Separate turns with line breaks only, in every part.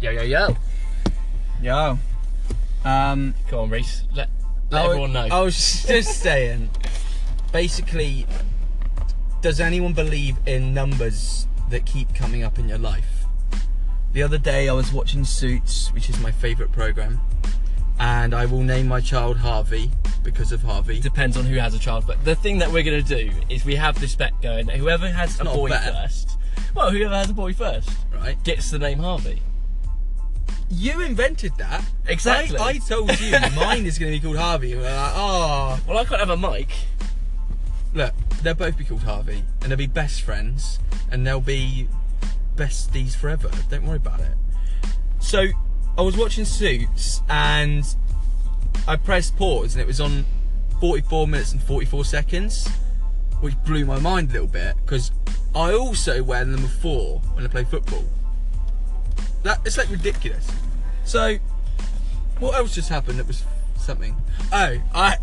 Yo, yo, yo.
Yo. Um,
Come on, Reese. Let, let
I-
everyone know.
I was just saying, basically, does anyone believe in numbers that keep coming up in your life? The other day I was watching Suits, which is my favourite programme, and I will name my child Harvey because of Harvey.
Depends on who has a child. But the thing that we're going to do is we have this bet going that whoever has a
Not
boy
a bet.
first, well, whoever has a boy first
Right?
gets the name Harvey.
You invented that.
Exactly.
I, I told you mine is going to be called Harvey. And we're like, oh.
Well, I can't have a mic.
Look, they'll both be called Harvey, and they'll be best friends, and they'll be besties forever. Don't worry about it. So, I was watching Suits, and I pressed pause, and it was on 44 minutes and 44 seconds, which blew my mind a little bit because I also wear number four when I play football. That it's like ridiculous. So, what else just happened that was something? Oh, I.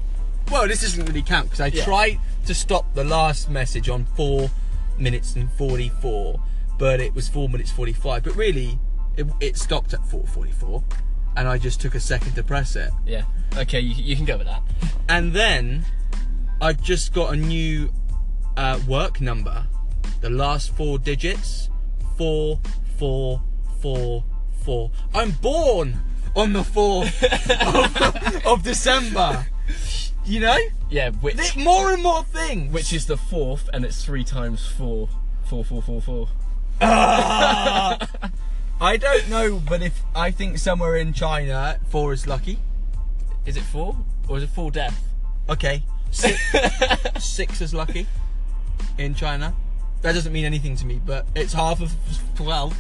Well, this doesn't really count because I
Yeah.
tried to stop the last message on four minutes and 44, but it was four minutes 45. But really, it, it stopped at 4:44, and I just took a second to press it.
Yeah. Okay, you, you can go with that.
And then I just got a new uh, work number. The last four digits. Four, four, four, four. I'm born on the 4th of, of December. You know?
Yeah, which
Th- More and more things.
which is the fourth, and it's three times four. Four, four, four, four.
I don't know, but if I think somewhere in China, four is lucky.
Is it four? Or is it four death?
Okay. Six, six is lucky in China. That doesn't mean anything to me, but it's half of 12,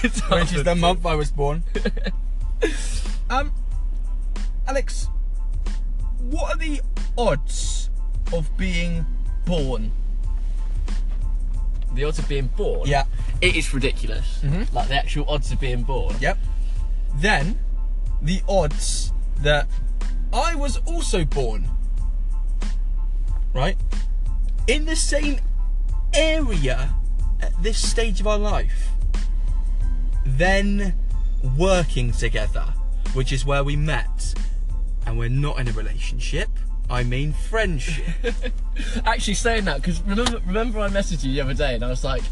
which is the month I was born. um, Alex, what are the odds of being born?
the odds of being born.
Yeah.
It is ridiculous.
Mhm.
Like the actual odds of being born.
Yep. Then, the odds that I was also born. Right? In the same area at this stage of our life. Then working together, which is where we met. And we're not in a relationship, I mean friendship.
Actually, saying that because remember, remember I messaged you the other day and I was like,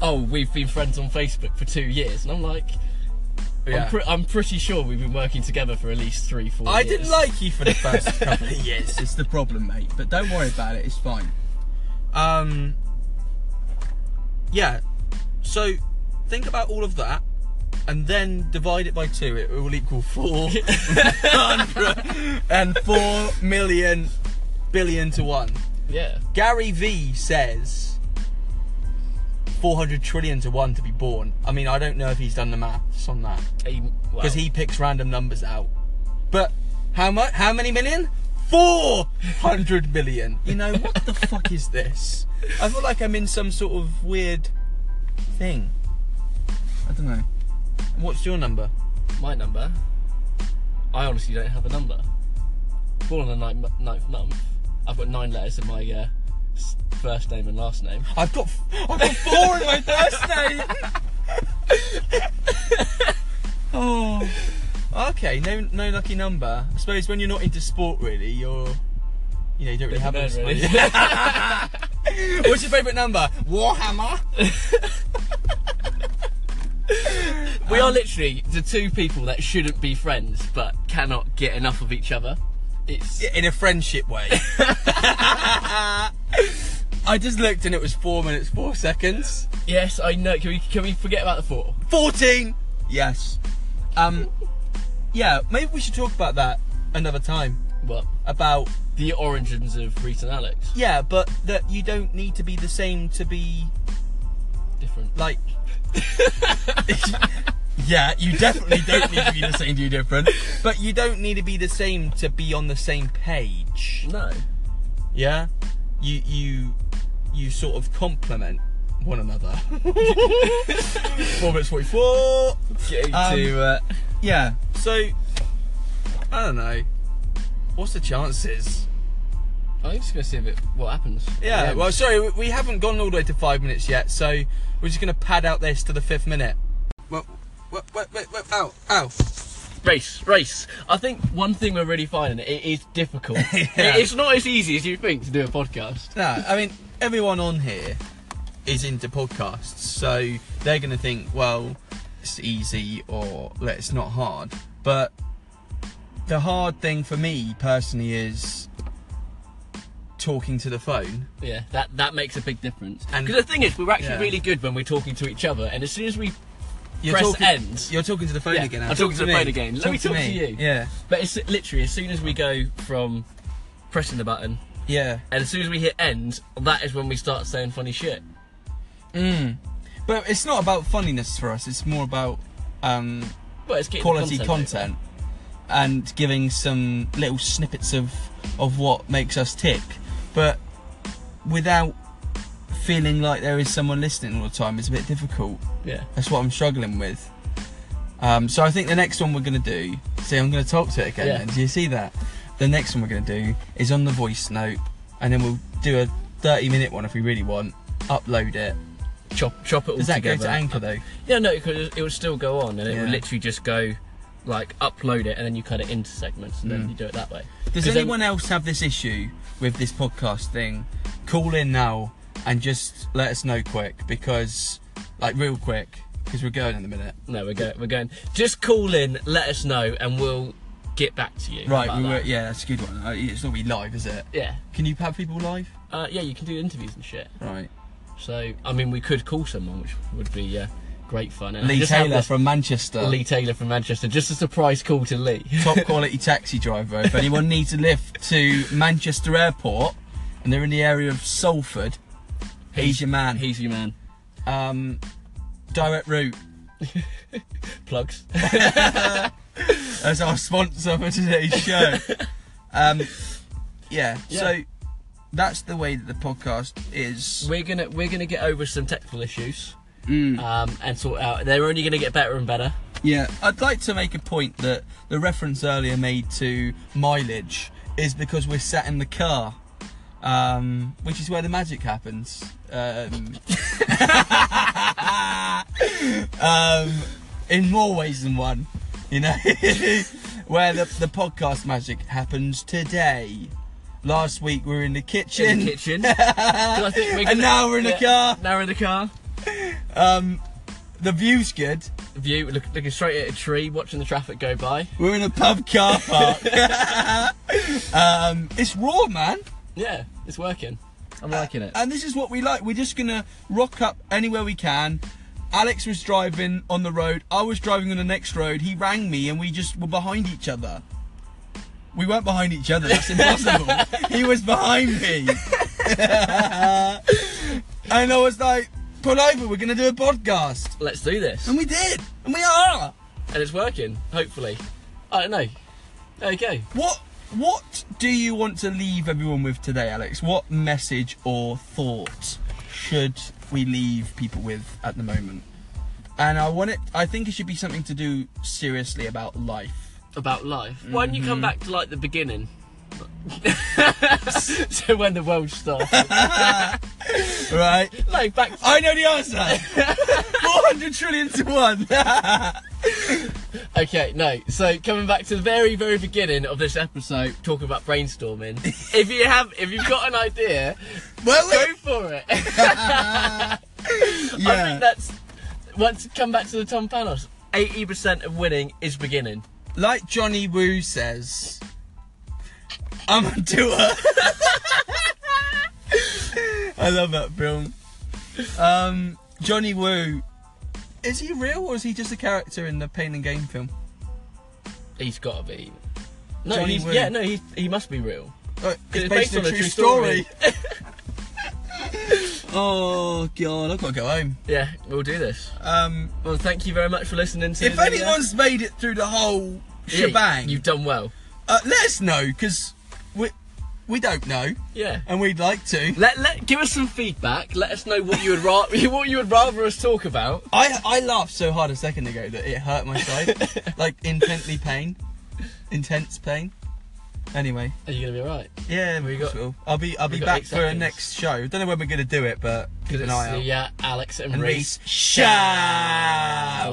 "Oh, we've been friends on Facebook for two years," and I'm like,
Yeah.
I'm, pre- I'm pretty sure we've been working together for at least three, four.
I
years.
didn't like you for the first couple of years. It's the problem, mate. But don't worry about it. It's fine. Um. Yeah. So think about all of that, and then divide it by two. It will equal four hundred and four million billion to one.
Yeah.
Gary V says. 400 trillion to one to be born. I mean, I don't know if he's done the maths on that
He- well,
because he picks random numbers out. But how much? How many million? Four hundred million. You know what the fuck is this? I feel like I'm in some sort of weird thing. I don't know. What's your number?
my number. I honestly don't have a number. Born on the ninth, ninth month. I've got nine letters in my uh, s- first name and last name.
I've got f- I've got four in my first name. oh. Okay, no no lucky number. I suppose when you're not into sport really, you're you know, you don't really have
Bit
a
of a nerd,
What's your favourite number? Warhammer?
We are literally the two people that shouldn't be friends but cannot get enough of each other. It's
In a friendship way. I just looked and it was four minutes, four seconds.
yes, I know. Can we can we forget about the four?
14! Yes. Um, yeah, maybe we should talk about that another time.
What?
About,
The origins of Reese and Alex.
yeah, but that you don't need to be the same to be
Different.
like. yeah, you definitely don't need to be the same to be different. But you don't need to be the same to be on the same page.
No.
yeah you you you sort of complement one another four minutes 44
Getting
Um,
to uh,
yeah so i don't know what's the chances
I'm just gonna see if it what happens.
uh, yeah well sorry we, we haven't gone all the way to five minutes yet so we're just going to pad out this to the fifth minute well What? What? What? what ow! Ow!
Race, race. I think one thing we're really finding it is difficult.
Yeah.
It's not as easy as you think to do a podcast.
No, I mean everyone on here is into podcasts, so they're going to think, well, it's easy or "Look, it's not hard. But the hard thing for me personally is talking to the phone.
Yeah, that that makes a big difference.
And-
Because the thing is, we're actually
yeah.
really good when we're talking to each other, and as soon as we,
You're
Press
talking,
end.
You're talking to the phone
Yeah,
again.
I'm
Alan.
talking to
Talk
the
me.
phone again. Let me talk to
me.
you.
Yeah,
but it's literally as soon as we go from pressing the button,
yeah.
and as soon as we hit end, that is when we start saying funny shit.
Mm. But it's not about funniness for us. It's more about um,
But it's getting the
quality
content. over.
content and giving some little snippets of of what makes us tick but without feeling like there is someone listening all the time it's a bit difficult
Yeah.
that's what i'm struggling with um, so i think the next one we're going to do see i'm going to talk to it again
Yeah.
then. do you see that the next one we're going to do is on the voice note and then we'll do a 30 minute one if we really want upload it
Chop, chop it all
does that
together.
go to anchor though
Yeah, no, because it would still go on, and it would
Yeah.
literally just go, like, upload it, and then you cut it into segments, and
Mm.
then you do it that way.
Does
'Cause then-
anyone else have this issue with this podcast thing? Call in now and just let us know quick because, like, real quick, because we're going in a minute.
No, we're going. We're going. Just call in, let us know, and we'll get back to you.
Right,
about
we were,
that.
yeah, that's a good one. Uh, It's not be live, is it?
Yeah.
Can you have people live?
Uh, yeah, you can do interviews and shit.
Right.
So, I mean, we could call someone, which would be uh, great fun. And I
Lee
just have
Taylor
this-
from Manchester,
Lee Taylor from Manchester. Just a surprise call to Lee.
top quality taxi driver. If anyone needs a lift to Manchester Airport and they're in the area of Salford, he's your man.
He's your man.
um, direct route.
Plugs.
as our sponsor for today's show. um,
Yeah.
yeah, so that's the way that the podcast is.
we're gonna we're gonna get over some technical issues
Mm.
um, and sort out. They're only gonna get better and better.
Yeah, I'd like to make a point that the reference earlier made to mileage is because we're sat in the car, um, which is where the magic happens. Um, um, in more ways than one, you know, where the, the podcast magic happens today. Last week we were in the kitchen,
In the kitchen. 'Cause I think we're
and
gonna-
now we're in the
yeah,
car.
Now we're in the car.
Um, the view's good.
View look, looking straight at a tree, watching the traffic go by.
We're in a pub car park. um, it's raw, man.
Yeah, it's working. Uh, I'm liking it.
And this is what we like. We're just gonna rock up anywhere we can. Alex was driving on the road. I was driving on the next road. He rang me, and we just were behind each other. We weren't behind each other. That's impossible. he was behind me, and I was like, "Pull over. We're gonna do a podcast."
Let's do this.
And we did. And we are.
and it's working. Hopefully, I don't know. There you go.
What what do you want to leave everyone with today, Alex? What message or thought should we leave people with at the moment? And I want it I think it should be something to do seriously about life.
About life. Why don't you come back to like the beginning? so when the world started,
Right?
like back
I know the answer. 400 trillion to one.
Okay, no. So coming back to the very, very beginning of this episode, talking about brainstorming. if you have, if you've got an idea,
well,
go for it. I
yeah.
think that's once come back to the Tom Panos. Eighty percent of winning is beginning.
like Johnny Woo says, I'm a doer. I love that film. Um, Johnny Woo, is he real or is he just a character in the Pain and Gain film?
He's got to be. No,
Johnny
he's,
Woo.
yeah, no, he's, he must be real.
Uh,
It's
It's based, on, a true, story. oh god, I've got to go home.
Yeah, we'll do this.
Um,
Well, thank you very much for listening to.
if
the, uh,
anyone's made it through the whole
yeah,
shebang,
you've done well.
uh, let us know because we we don't know
Yeah.
and we'd like to.
Let, let give us some feedback. Let us know what you would rather what you would rather us talk about.
I I laughed so hard a second ago that it hurt my side, like intensely pain, intense pain. Anyway,
Are you gonna be alright?
yeah, we
We got-
got. I'll be I'll be
got
back
eight
for a
seconds.
next show. Don't know when we're gonna do it, but keep
Because
an
it's
eye out.
the uh, Alex and,
And
Reese
Reese show.